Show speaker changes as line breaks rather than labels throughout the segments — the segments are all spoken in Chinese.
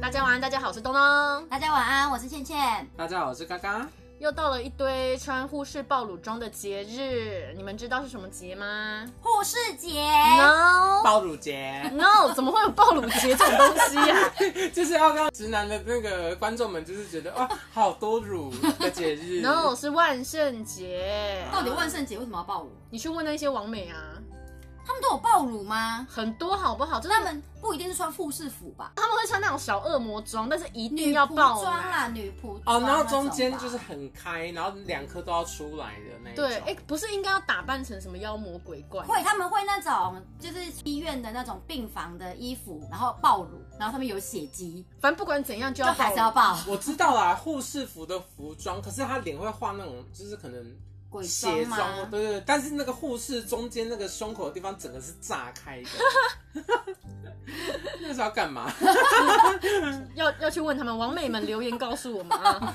大家晚安，大家好，我是东东。
大家晚安，我是倩倩。
大家好，我是嘎嘎。
又到了一堆穿护士暴乳装的节日，你们知道是什么节吗
护士节，
？No
暴乳节
No，怎么会有暴乳节这种东西啊呀、
就是要让直男的那个观众们，就是觉得哇，好多乳的节日。 哦
n o 是万圣节。
到底万圣节为什么要爆乳？
你去问那些网美啊，
他们都有爆乳吗？
很多好不好？就是
他们不一定是穿护士服吧？
他们会穿那种小恶魔装，但是一定
女
要
仆啊
爆
装
满。
啦，女仆
哦，
装
然
那
后
种吧
中间就是很开，然后两颗都要出来的那一种。
对，哎、不是应该要打扮成什么妖魔鬼怪？
会，他们会那种就是医院的那种病房的衣服，然后爆乳，然后上面有血迹，
反正不管怎样就
就
要
还
爆
是要
乳。
爆
我知道啦，护士服的服装，可是他脸会画那种，就是可能
鬼
鞋
妆吗？
装，对对对。但是那个护士中间那个胸口的地方，整个是炸开的。 那是要干嘛？
要要去问他们，网美们留言告诉我们 啊。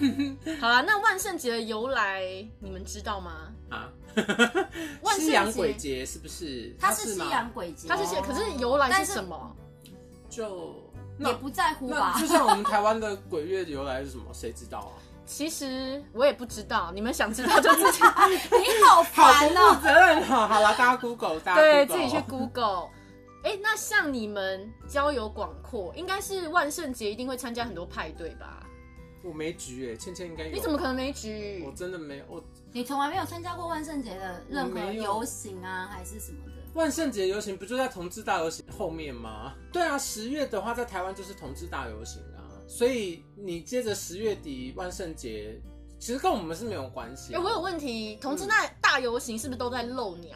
好啦，那万圣节的由来你们知道吗？
啊？
万圣
西洋
节
鬼节是不是？
它是西
吗
洋鬼节，
它是写，
哦
可是由来
但
是
是
什么？
就那
也不在乎吧
那就？像我们台湾的鬼月由来是什么？谁知道 啊？
其实我也不知道，你们想知道就自己
你好
好
烦
不
哦
负。责任哈！好了，大家 Google，大家 Google
对
哦
自己去 Google。哎、那像你们交友广阔，应该是万圣节一定会参加很多派对吧？
我没局哎，倩倩应该有。
你怎么可能？没举
我？真的没有。我
你从来没有参加过万圣节的任何
没有
游行啊，还是什么的？
万圣节游行不就在同志大游行后面吗？对啊，十月的话在台湾就是同志大游行啊，所以你接着十月底万圣节，其实跟我们是没有关系
哎、
啊的。
我有问题，同志那大游行是不是都在露鸟？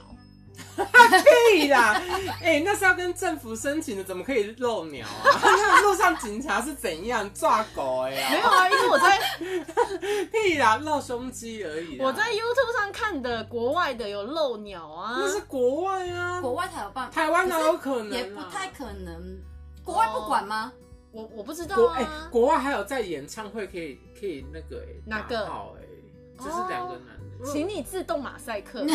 屁啦！哎、那是要跟政府申请的，怎么可以漏鸟啊？ 那路上警察是怎样抓狗哎、
没有啊，因为我在
屁啦，露胸肌而已啦。
我在 YouTube 上看的国外的有露鸟啊，
那是国外啊，
国外才有办，
台湾哪有可能、啊？
也不太可
哦
能。国外不管吗？
我我不知道
国哎、
啊。
国外还有在演唱会可以可以那个哎、
哪个哦
打炮哎、这是两个男的，
请你自动马赛克。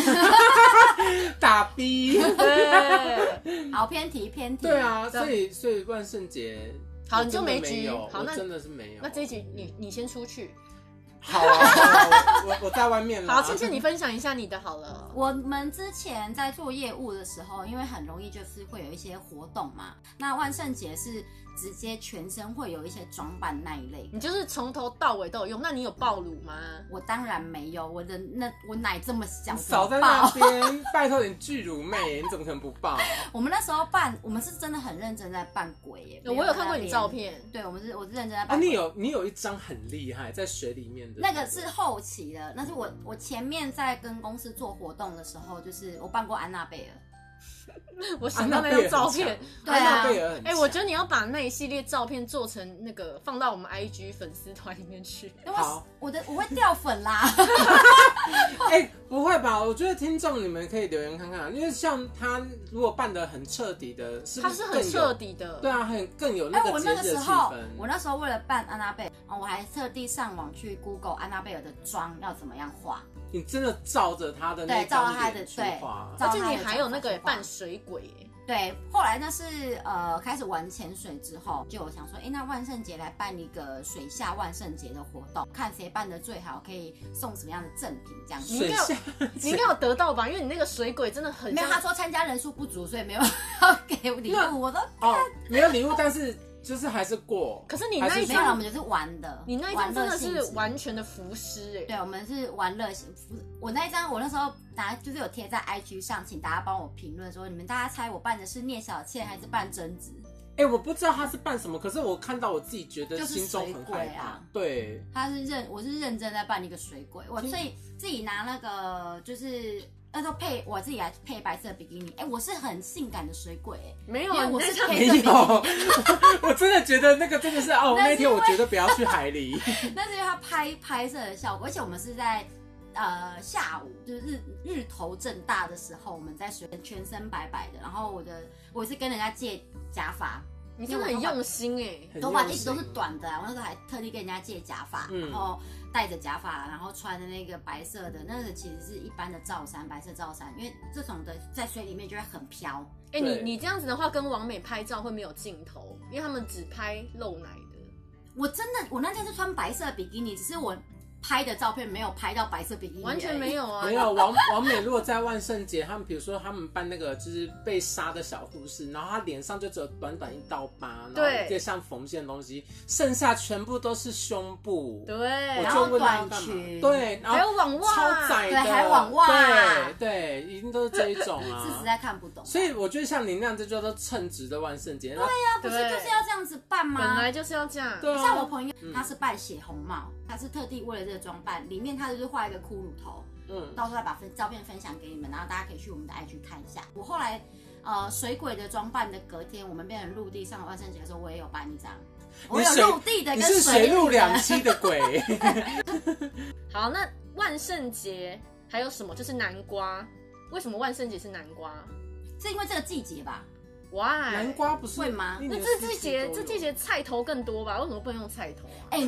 打 逼。
对，
好偏题偏题。
嗯对啊，
对
所以所以万圣节
好
我
你就
真的
没
没
局
有
好
我
那
真的是没有。
那这一集你你先出去。
好啊，好啊我我 我在外面了。
好，倩倩，你分享一下你的好了。
我们之前在做业务的时候，因为很容易就是会有一些活动嘛。那万圣节是直接全身会有一些装扮那一类。
你就是从头到尾都有用，那你有暴乳吗？
我当然没有，我的那我奶这么小，
你少在
怎么
那
抱
边，拜托你巨乳妹，你怎么可能不抱？
我们那时候办，我们是真的很认真在办鬼耶。
欸
我有看过你
啊
照，片，
对，我们是我是认真在
啊，
办鬼。
你有你有一张很厉害，在水里面的啊
那个是后期的，那是我我前面在跟公司做活动的时候，就是我办过安娜贝尔。
我想
啊
到那张照片。，
对
安
啊
娜贝尔很强。
哎、我觉得你要把那一系列照片做成那个放到我们 IG 粉丝团里面去。
因为
好
我的我会掉粉啦，
哎、不会吧？我觉得听众你们可以留言看看，因为像他如果办的很彻底的，是不
它
是
是
更有
很彻？底的，
对，啊，很更有
哎、
那
我
个节
那
日
个
的
时
气
候
氛。，
我那时候为了办安娜贝尔，哦我还特地上网去 Google 安娜贝尔的妆要怎么样画，
你真的照着他的那
对，照
张
着她的
脸去
对
画，啊
照
而
着
且
她
你
的
还
妆
有那个
去
也
画
扮水鬼、哎
对，后来那是呃开始玩潜水之后，就有想说，哎、那万圣节来办一个水下万圣节的活动，看谁办的最好，可以送什么样的赠品这样子。
水下
你应该有得到吧？因为你那个水鬼真的很
没有，
像
他说参加人数不足，所以没有 要给礼
那
物。我说
哦，没有礼物，但是就是还是过。
可是你
还
那一
是
没有啦，我
张，
们就是玩的。
你那一
玩
张真
乐
的
性
是
质
完全的浮尸哎、
对，啊我们是玩乐型。不是我那一张，我那时候拿就是有贴在 IG 上，请大家帮我评论说，你们大家猜我扮的是聂小倩还是扮贞子？
哎、我不知道他是办什么，可是我看到我自己觉得
就是
心中很
水
害
鬼
怕。
啊
对，
他是认，我是认真在扮一个水鬼，我所以自己拿那个就是那时候配我自己来配白色的比基尼，哎、我是很性感的水鬼、哎
没有
因
啊，
为
你
我
那
是
张
黑
没
色
有，
的
我我真的觉得那个真的是哦，
那是
那天我绝对不要去海里。
那是因为他拍拍摄的效果，而且我们是在呃下午，就是日日头正大的时候，我们在水全身白白的，然后我的我是跟人家借假发，
你真的很用心哎、
很
头发
用
一直都是
心
短的啊，我那时候还特地跟人家借假发，
嗯
然后戴着假发，然后穿的那个白色的，那个其实是一般的罩衫，白色罩衫，因为这种的在水里面就会很飘。
哎、你
对
你这样子的话，跟王美拍照会没有镜头，因为他们只拍露奶的。
我真的，我那天是穿白色比基尼，只是我拍的照片没有拍到白色比基尼，
完全没
有。
有啊
没。有王王美，如果在万圣节，他们比如说他们扮那个就是被杀的小护士，然后她脸上就只有短短一道疤，然后
对
一个像缝线的东西，剩下全部都是胸部。
对，
我
然后
就问他
短
们干嘛
裙？
对，然
还有
后
网袜，
超窄的，
对还有网袜
对对，一定都是这一种
是实
啊。
在看不懂。
所以我觉得像你那样，这就叫做称职的万圣节。对呀，
那不是就是要这样子办
本
吗？
来就是要这样。
对啊
像我朋友
嗯，
他是扮血红帽，他是特地为了这个装扮，里面他就是画一个骷髅头，
嗯，
到时候再把分照片分享给你们，然后大家可以去我们的 IG 看一下。我后来呃水鬼的装扮的隔天，我们变成陆地上的万圣节的时候，我也有办一张，我有
水
陆地的
你
跟
是
水
水陆
陆
两栖的鬼。
好，那万圣节还有什么？就是南瓜。为什么万圣节是南瓜
是因为这个季节吧？
？Why？
南瓜不是
会吗
一
那
年
这
四
季
季
节
都
这
有
季节菜头更多吧？为什么不能用菜头啊？
哎、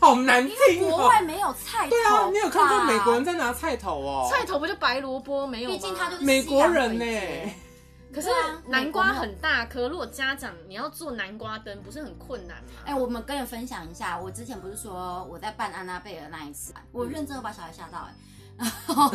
好难听哦。
国外没有菜头吧
对啊，你有看过美国人？在拿菜头哦？
菜头不就白萝卜没有吗？
毕竟他就是
美国人欸呢
呢、
可是
对啊
南瓜
美国没
很大颗，如果家长你要做南瓜灯，不是很困难吗？
哎、我们跟你分享一下，我之前不是说我在办安娜贝尔那一次，我认真的把小孩吓到、 哎，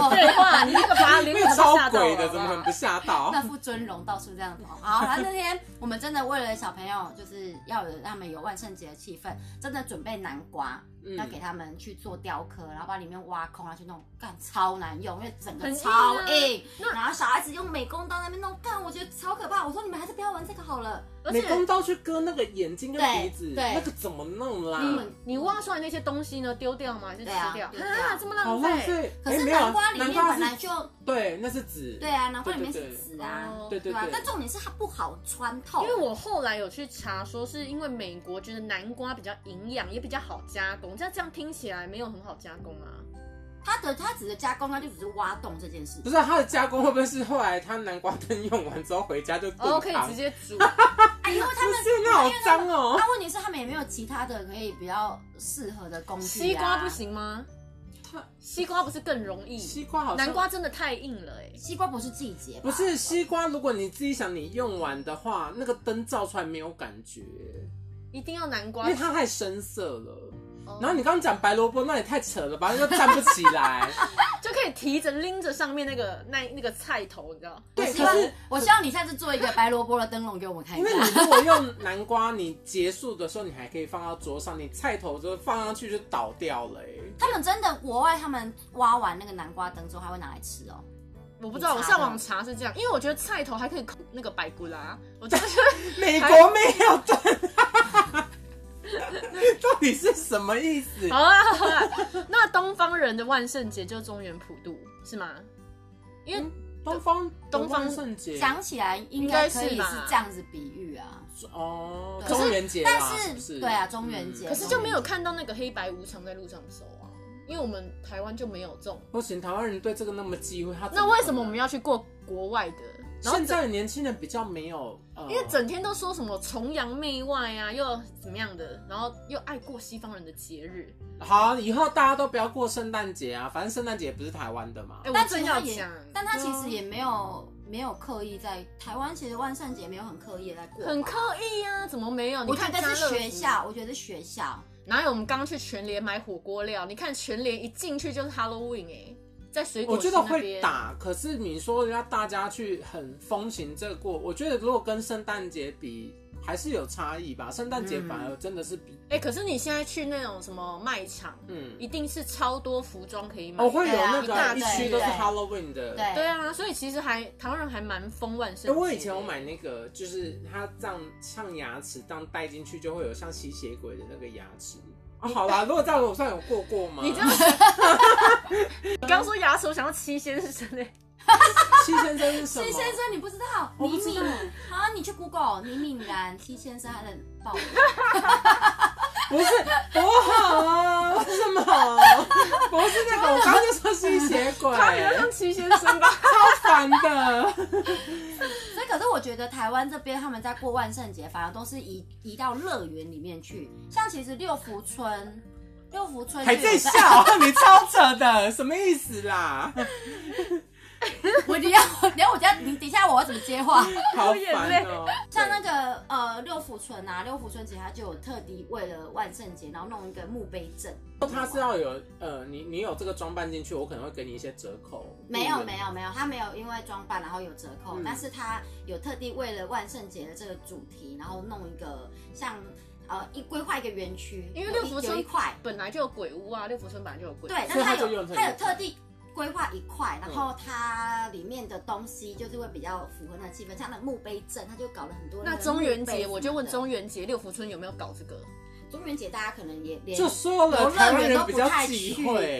废话，你那个把
那
灵
个
魂都
超
吓到
鬼
了
的，
吧
怎么可能不吓到？
那副尊容到处这样跑。好，然后那天我们真的为了小朋友，就是要有让他们有万圣节的气氛，真的准备南瓜，
嗯
要给他们去做雕刻，然后把里面挖空，然后去弄，干超难用，因为整个
很硬
超
啊
硬。
那
然后小孩子用美工刀在那边弄，干我觉得超可怕。我说你们还是不要玩这个好了。
而
美
且
工刀去割那个眼睛跟
对
鼻子，
对
那个怎么弄
你
啦
们？
你挖出来那些东西呢，丢掉吗？还是吃
对啊
掉？
丢掉
啊，这么
好
浪
浪
费。
费。
可
哎
是
没有啊
南瓜里面
南瓜
本
是
来就
对，那是籽。
对啊，南瓜里面
对
是
对对
籽啊，
哦
对对
吧？
对
但重点是它不好穿透，
因为我后来有去查，说是因为美国觉得南瓜比较营养，也比较好加工。这样这样听起来没有很好加工啊。
它的它只是加工，它就只是挖洞这件事
不。是啊它的加工会不会是后来它南瓜灯用完之后回家就炖
哦，可以
汤
直接 煮。
哎，因为他
不
们
是那好脏
那、
哦，
啊问题是他们也没有其他的可以比较适合的工具、啊。
西瓜不，行吗
它？
西瓜不是更容易？
西瓜好像
南瓜真的太硬了哎、
西瓜不是季节吧，
不是西瓜，如果你自己想你用完的话，那个灯照出来没有感觉，
一定要南
因
瓜。
为它太深色了。
哦
然后你刚刚讲白萝卜，那也太扯了吧，那就站不起 来。
就可以提着拎着上面那个那那个菜头，你知道？
我
对，
希
可
望
是
我希望你下次做一个白萝卜的灯笼给我们看一
因
下
为。你如果用南瓜，你结束的时候你还可以放到桌上，你菜头就放上去就倒掉了、 欸。
他们真的国外，他们挖完那个南瓜灯之后，还会拿来吃哦。
我不知道，
你
我
查
上
的
网查是这样，因为我觉得菜头还可以烤那个白骨啦，我 真的觉得
美国没有灯， 到底是什么意思？
好啊好啊。那东方人的万圣节就是中原普渡是吗？因为
嗯东方
东方
万圣节
想起来应该可
应
以
该
是
是吧
这样子比喻啊。
哦，
可是
中元节啦，
但
是
是
不是嗯
对啊中元节
可是就没有看到那个黑白无常在路上走啊，因为我们台湾就没有这种。
不行，台湾人对这个那么忌讳，他怎
那为什么我
可能
们要去过国外的？然后
现在的年轻人比较没有？呃、
因为整天都说什么崇洋媚外啊，又怎么样的，然后又爱过西方人的节日。
好，啊以后大家都不要过圣诞节啊，反正圣诞节也不是台湾的嘛
哎、。我
但其
正
实
要
他也
讲，啊
但他其实也没有没有刻意在台湾，其实万圣节没有很刻意的在过吧。
很刻意啊，怎么没有？你
我觉
看
得是
家乐福
学，校，我觉得是学校。
哪有我们刚刚去全联买火锅料？你看全联一进去就是 Halloween 哎、在水果
我觉
区
得
那
会
边。
打，可是你说要大家去很风行这个过，我觉得如果跟圣诞节比，还是有差异吧。圣诞节反而真的是比，
哎、可是你现在去那种什么卖场，
嗯，
一定是超多服装可以买。
我、哦会有
对啊
那
一大
个一
堆
区都是
对
Halloween 的。
对
对啊，所以其实还台湾人还蛮丰万圣节
哎，
的。
我以前我买那个，就是它这样像牙齿这样戴进去，就会有像吸血鬼的那个牙齿。啊，好啦，如果在我算有过过吗？
你这样，你刚刚说牙齿，我想到七先生哎、
七先生是什么？
戚先生，你不知道？
我
倪
不知
敏
道
啊，你去 Google 倪敏然，戚先生还冷爆 冷。
不是多好啊，为什么？不是那个，我刚刚就说吸血鬼，
他比较像七先生吧？
超烦的。
所以，可是我觉得台湾这边他们在过万圣节，反而都是移移到乐园里面去。像其实六福村，六福村
还
就
在
有
笑， 啊，你超扯的，什么意思啦？
我等一下，等一下我等一下，你等一下我要怎么接话？
好
眼
烦
泪
哦、
像那个个呃六福村啊，六福村其实它就有特地为了万圣节，然后弄一个墓碑阵。
它是要有呃，你你有这个装扮进去，我可能会给你一些折扣。
没有
嗯
没有没有，它没有因为装扮然后有折扣，
嗯
但是它有特地为了万圣节的这个主题，然后弄一个像呃一规划一个园区，
因为
有
六
一
福村
有一块，
本来就有鬼屋啊，六福村本来就有鬼屋。
对，但
所
是
以它
它
就
有
用特
它
地
有特地规划一块，然
嗯
后它里面的东西就是会比较符合那个气氛，像那个墓碑阵，它就搞了很多个
那
墓碑什
中
么的。
元节我就问中元节六福村有没有搞这个？
中元节，大家可能也连
就说
游
了，台
乐
湾
园
人
都
比
不
较
太
忌
去，
讳，
对，，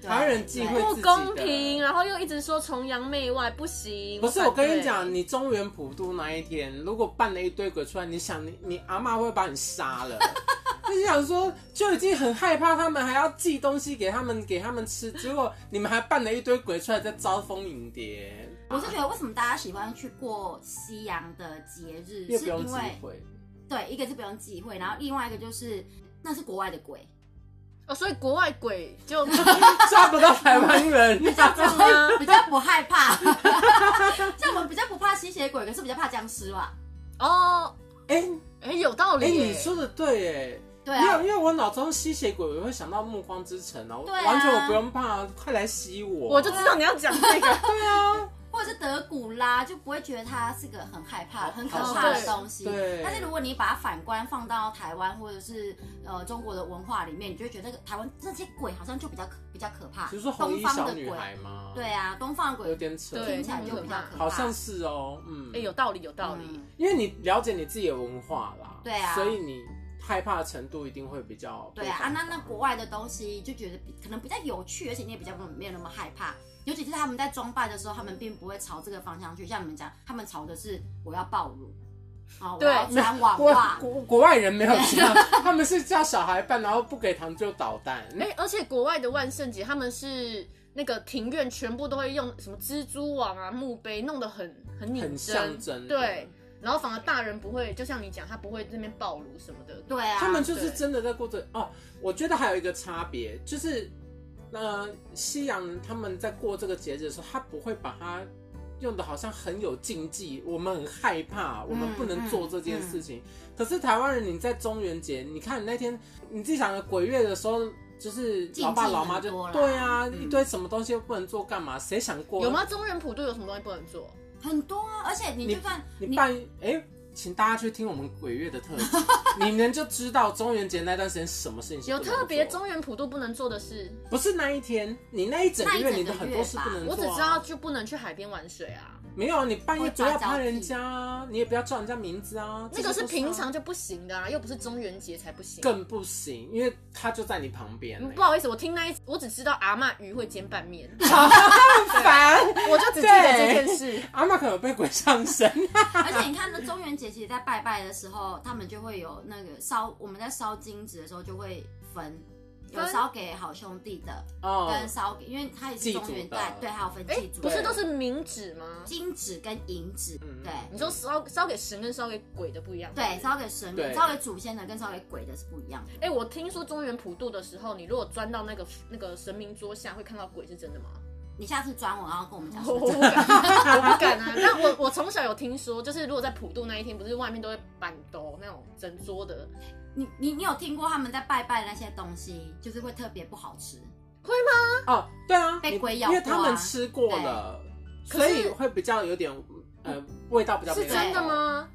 对
台湾人忌讳
对
不
自己的
公平，然后又一直说崇洋媚外，不行。
不是，
反
我跟
对
你
哦
讲，，你中原普渡那一天，如果扮了一堆鬼出来，你想你你阿妈会把你杀了。 你想说就已经很害怕，他们还要寄东西给他们给他们吃，结果你们还扮了一堆鬼出来在招蜂引蝶，
我是觉得为什么大家喜欢去过西洋的节日，
又
是
不用
因
忌
为
讳。
对，一个是不用忌讳，然
嗯
后另外一个就是那是国外的 鬼，
哦，所以国外鬼就
抓不到台湾人，
这样吗？
比较不害怕。 像我们比较不怕吸血鬼，可是比较怕僵尸啊吧？
哦，
哎
哎，有道
哎、
理耶。
你说的对哎。
对
没有，
啊
因，为我脑中吸血鬼，我会想到《暮光之城》啊，我
对啊
完全我不用怕，快来吸我！啊
我就知道你要讲这 个。
或者是德古拉，就不会觉得它是个很害怕、
哦
很可怕
对
的东西。
对
但是如果你把它反观放到台湾或者是呃中国的文化里面，你就会觉得这个台湾这些鬼好像就比较可比较可怕。
比如说红
东
衣
方
小
的
女
鬼，
孩吗？
对，啊，东方的
有
鬼
点扯，
对
听起来就比较可怕。
好像是哦，嗯，
哎，有道理，有道理
嗯。
因为你了解你自己的文化啦，
对啊
所以你害怕的程度一定会比较
对啊，啊那那国外的东西就觉得比可能比较有趣，而且你也比较没有没有那么害怕。尤其是他们在装扮的时候，他们并不会朝这个方向去，像你们讲，他们朝的是我要暴露，啊，我
对
要穿网
国
袜，
国国外人没有这样，他们是叫小孩办，然后不给糖就捣蛋，
哎，而且国外的万圣节，他们是那个庭院全部都会用什么蜘蛛网啊、墓碑，弄得很很拟
很象
真。
征的
对。然后反而大人不会，就像你讲，他不会这边暴露什么的。
对啊，
他们就是
对
真的在过这哦。我觉得还有一个差别就是，呃，西洋人他们在过这个节日的时候，他不会把它用的好像很有禁忌，我们很害怕，我们不能做这件事
嗯
情。可是台湾人，你在中元节，你看你那天你自己想的鬼月的时候。就是
禁忌
老爸老妈就
很多啦
对啊，一堆什么东西又不能做，干嘛？谁想过？
嗯有？吗？中人普渡有什么东西不能做？
很多啊，而且你就算
你办哎、请大家去听我们鬼月 的特辑，你们就知道中元节那段时间什么事情是
有
不能做
特别中原普渡不能做的事，
不是那一天，你那一整个月你的很多事不能做、啊。
我只知道就不能去海边玩水啊，
没有，你半夜不要拍人家啊，你也不要叫人家名字啊。
那个是
这些都
平
啊
常就不行的啊，又不是中元节才不行。
更不行，因为他就在你旁边、
嗯不好意思，我听那一，我只知道阿嬷鱼会煎拌 面，
很烦。
我就只记得这件事。
阿妈可能被鬼上 身，
而且你看，那中元节其实，在拜拜的时候，他们就会有那个烧，我们在烧金纸的时候就会分，有
分
烧给好兄弟的，
哦，
跟烧给，因为它也是
祭祖
中元
的
代，对，还有分
哎
祭，祖
不
的，
是都是冥纸吗？
金纸跟银纸，
嗯
对。
你说烧烧给神跟烧给鬼的不一样。
对，烧给神
对
明、烧给祖先的跟烧给鬼的是不一样的。
哎，我听说中原普渡的时候，你如果钻到那个那个神明桌下，会看到鬼，是真的吗？
你下次转我，然后跟我们讲
哦我
说
不敢， 我不敢啊！但我我从小有听说，就是如果在普渡那一天，不是外面都会板斗那种整桌的，
你你你有听过他们在拜拜的那些东西，就是会特别不好吃。
哦，对啊，
被
你
鬼咬
因
过啊
为他们吃过了，
对可
所
是
以会比较有点呃味道比较
是真的吗？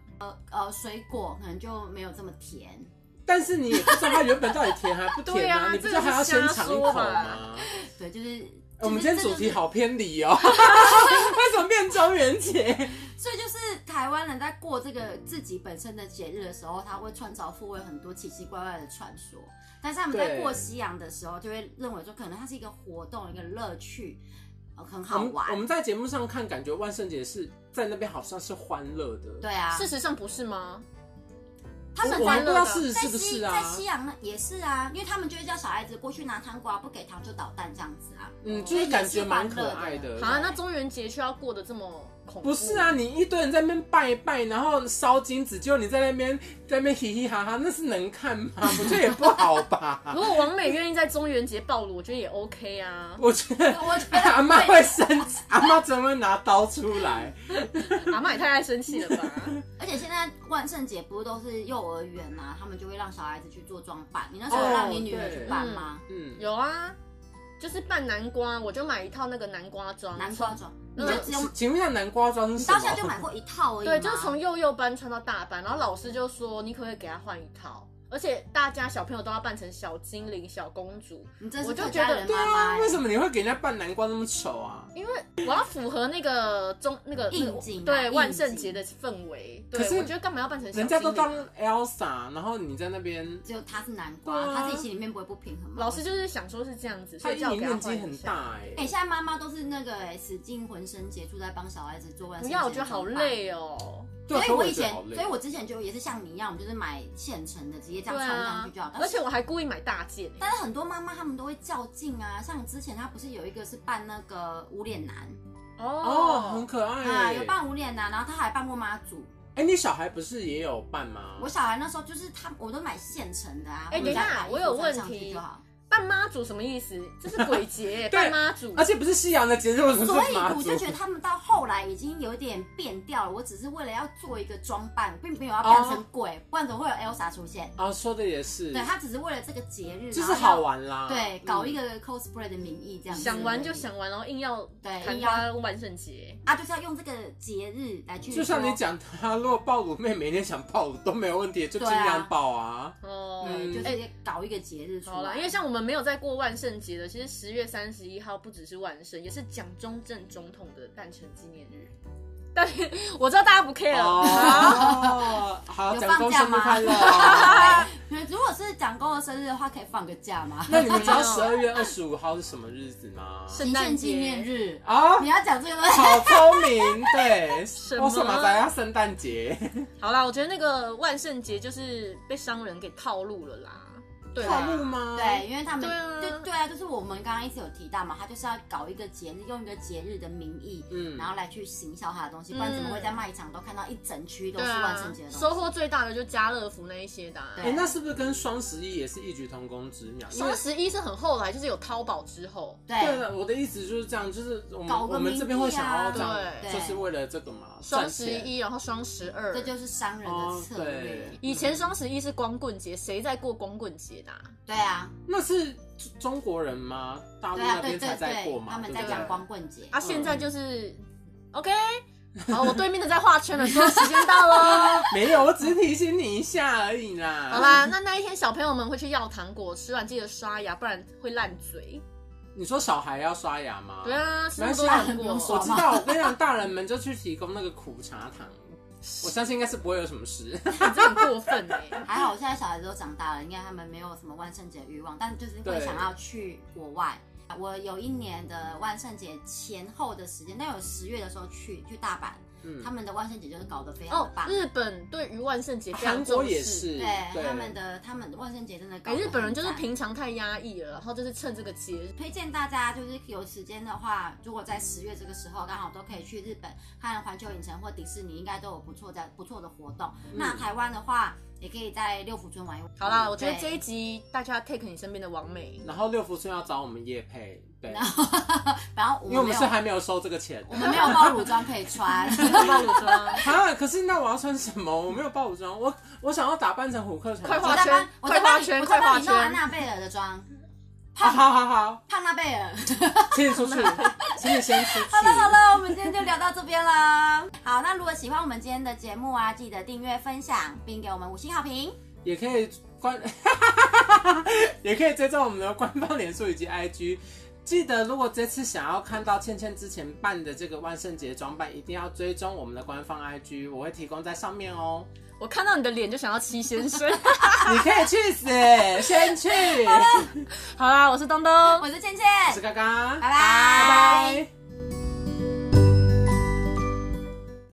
呃，水果可能就没有这么甜，
但是你也不知道它原本到底甜还 不
对
甜
啊
你不知道还要先尝一
这
口
个是瞎说
吗
吧？
对，就是。
我们今
就是这
天
就
主
是
题好偏离 哦， 为什么变中元节？
所以就是台湾人在过这个自己本身的节日的时候，他会穿凿附会很多奇奇怪怪的传说。但是他们在
对
过西洋的时候，就会认为说，可能它是一个活动，一个乐趣，呃很
我
好
们我
玩。
们在节目上看，感觉万圣节是在那边好像是欢乐的，
对，啊，
事实上不是吗？
他们
我
在
欢
们不
乐
知道
的
事实
在
是不
西
是
在
啊？
西洋呢也是啊，因为他们就会叫小孩子过去拿糖果啊，不给糖就捣蛋这样子啊。
嗯，就是感觉蛮可爱
所以也
的
是欢乐。
好、啊，那中元节却要过得这么恐怖？
不是啊，，你一堆人在那边拜一拜，然后烧金纸，结果你在那边在那边嘻嘻哈哈，那是能看吗？我觉得也不好吧
如。果王美愿意在中元节暴露，我觉得也 OK 啊。
我觉得
我觉得
阿妈会生气，阿妈怎么会拿刀出来？
阿妈也太爱生气了吧？
而且现在万圣节不是都是幼儿园啊，他们就会让小孩子去做装扮。你那时候有让
哦
你女儿去扮吗？
嗯，
有啊，就是扮南瓜，我就买一套那个南瓜装，
南瓜装，你
嗯
就只有
请问一下南瓜装是
你
什
到
么？
现在就买过一套而已吗
对，就是从幼幼班穿到大班，然后老师就说你可不可以给他换一套，而且大家小朋友都要扮成小精灵、小公主，
你真是
我就
客
觉
家
得
人
对
妈妈
啊， 为
欸。
什么你会给人家扮南瓜那么丑啊？
因为我要符合那个中那个
应景啊
对
应
万圣
景
节的氛围。
可
对，
是
我觉得干嘛要扮成小
人家都
精灵
当 Elsa，然后你在那边，
只有她是南
对
瓜，
啊
她自己心里面不会不平衡吗？
老师就是想说是这样子，
他
所以
阴
叫我
影
给他
面积
换一
很
下。
大哎、
哎、现在妈妈都是那个哎、使尽浑身解数在帮小孩子做万圣
不
节。
要，我觉得好。累哦。
对啊，
所以
可
我
也
以
觉得
前
好，累
所以我之前就也是像你一样，我就是买现成的，直接这样
对
穿上
啊
去就好。，
而且我还故意买大件欸，
但是很多妈妈她们都会较劲啊，像之前她不是有一个是扮那个无脸男
哦，很可爱
啊、
哎、
有扮无脸男，然后她还扮过妈祖。
哎、你小孩不是也有扮吗？
我小孩那时候就是他，我都买现成的啊。
哎等
回家
一下
把衣服
我有问
穿上去
题
就 好。
扮妈祖什么意思？这是鬼节欸，
对
扮妈祖
而。且不是西洋的节日，为什么
所
是
以
妈
我
祖
就觉得他们到后来已经有点变调了。我只是为了要做一个装扮，并没有
哦
要变成鬼，不然怎么会有 Elsa 出现？
啊，说的也是，
对，他只是为了这个节日，
就是
然后要
好。玩啦。
对，
嗯
搞一个 cosplay 的名义这样子。
想玩就想玩，然后硬要
对，
谈
硬要
他万圣节。
啊，就是要用这个节日来去。
就像你，讲，他如果暴乳妹每天想暴乳都没有问题，就尽量暴啊。
哦，
对，呃嗯就
哎
是搞一个节日出
好啦，
来。
因为像我们没有在过万圣节的，其实十月三十一号不只是万圣，也是蒋中正总统的诞辰纪念日。但是 我知道大家不 care，、
哦，好，
啊 有
讲
放
公
假
生日
吗
快乐哦。
啊
如果是蒋公的生日的话，可以放个假吗？
那你们知道十二月二十五号是什么日子吗？
是
行
圣 诞
宪
节
纪念日。
啊，
你要讲这个东西，
好聪明， 对，哦
什么
我什么咱要圣诞节？
好啦，我觉得那个万圣节就是被商人给套路了啦，对 啊
套路
吧？
吗？
啊对，，因为他
嗯
们
对啊
对对啊，就是我们刚刚一直有提到嘛，他就是要搞一个节日，用一个节日的名义，
嗯
然后来去行销他的东西，不然怎么会在卖场都看到一整区都
对
是万圣
啊
节，的东
收
西？
获最大的就家乐福那一些的、啊。
对
哎，那是不是跟双十一也是异曲同工之妙？因为
双十一是很后来，就是有淘宝之后，
对
对
了，我的意思就是这样，就是我们
搞个
我们这边会
名义
想
啊
要这样，
对
就是为了这个嘛，
双
赚
十
钱。
一，然后双十二，
这就是商人的
哦，
策略。
对，
以前双十一是光棍节，谁在过光棍节的啊、
对啊，
那是中国人吗？大陆
对啊，
那
对
边
对
才在过
对，
嘛，
他们
对
在
不
讲
对
光棍节。
嗯
啊，现在就是、OK。好，我对面的在画圈了，说时间到 喽。
没有，我只是提醒你一下而已啦。
好啦，那那一天小朋友们会去要糖果，吃完记得刷牙，不然会烂嘴。
你说小孩要刷牙吗？
对，啊，吃那
没
么
关系
多
啊
糖
不用
果
说
我知道。我跟你讲，大人们就去提供那个苦茶糖，我相信应该是不会有什么事。
你这很过分哎、
还好，现在小孩子都长大了，应该他们没有什么万圣节欲望，但就是会
对
想要去国外。我有一年的万圣节前后的时间，那有十月的时候去去大阪，
嗯
他，们的万圣节就是搞得非常
哦
棒。，
日本对于万圣节非
韩
常
国
重
也
视。
是，
对他们的他们的万圣节真的搞
哎、
得很赞、
日本人就是平常太压抑了，然后就是趁这个节日。
推荐大家，就是有时间的话，如果在十月这个时候刚好都可以去日本看环球影城或迪士尼，应该都有不错的不错的活动。那台湾的话，也可以在六福村玩一玩。
好啦，
嗯
我觉得
对
这一集大家 take 你身边的王美，
然后六福村要找我们叶配， 对，
然后我
因为我
们没有
们是还没有收这个钱
我。们没有包乳装可以穿。
暴露 装。
啊！可是那我要穿什么？我没有爆乳装，我我想要打扮成虎克船长。
快画
我在帮，我
快
在
画
帮你，
圈
我在
快画
帮你弄
圈
安娜贝尔的妆，
啊！好好好，
胖娜贝尔。
请你出去，请你先出去。
好了好了，我们今天就聊到这边啦。好，那如果喜欢我们今天的节目啊，记得订阅、分享，并给我们五星好评。
也可以关， 也可以追踪我们的官方脸书以及 IG。记得，如果这次想要看到倩倩之前办的这个万圣节装扮，一定要追踪我们的官方 IG，我会提供在上面 哦。
我看到你的脸就想要七先生。
你可以去死，先去。
好啦，我是东东，
我是倩倩，
我是嘎嘎，
拜拜
拜拜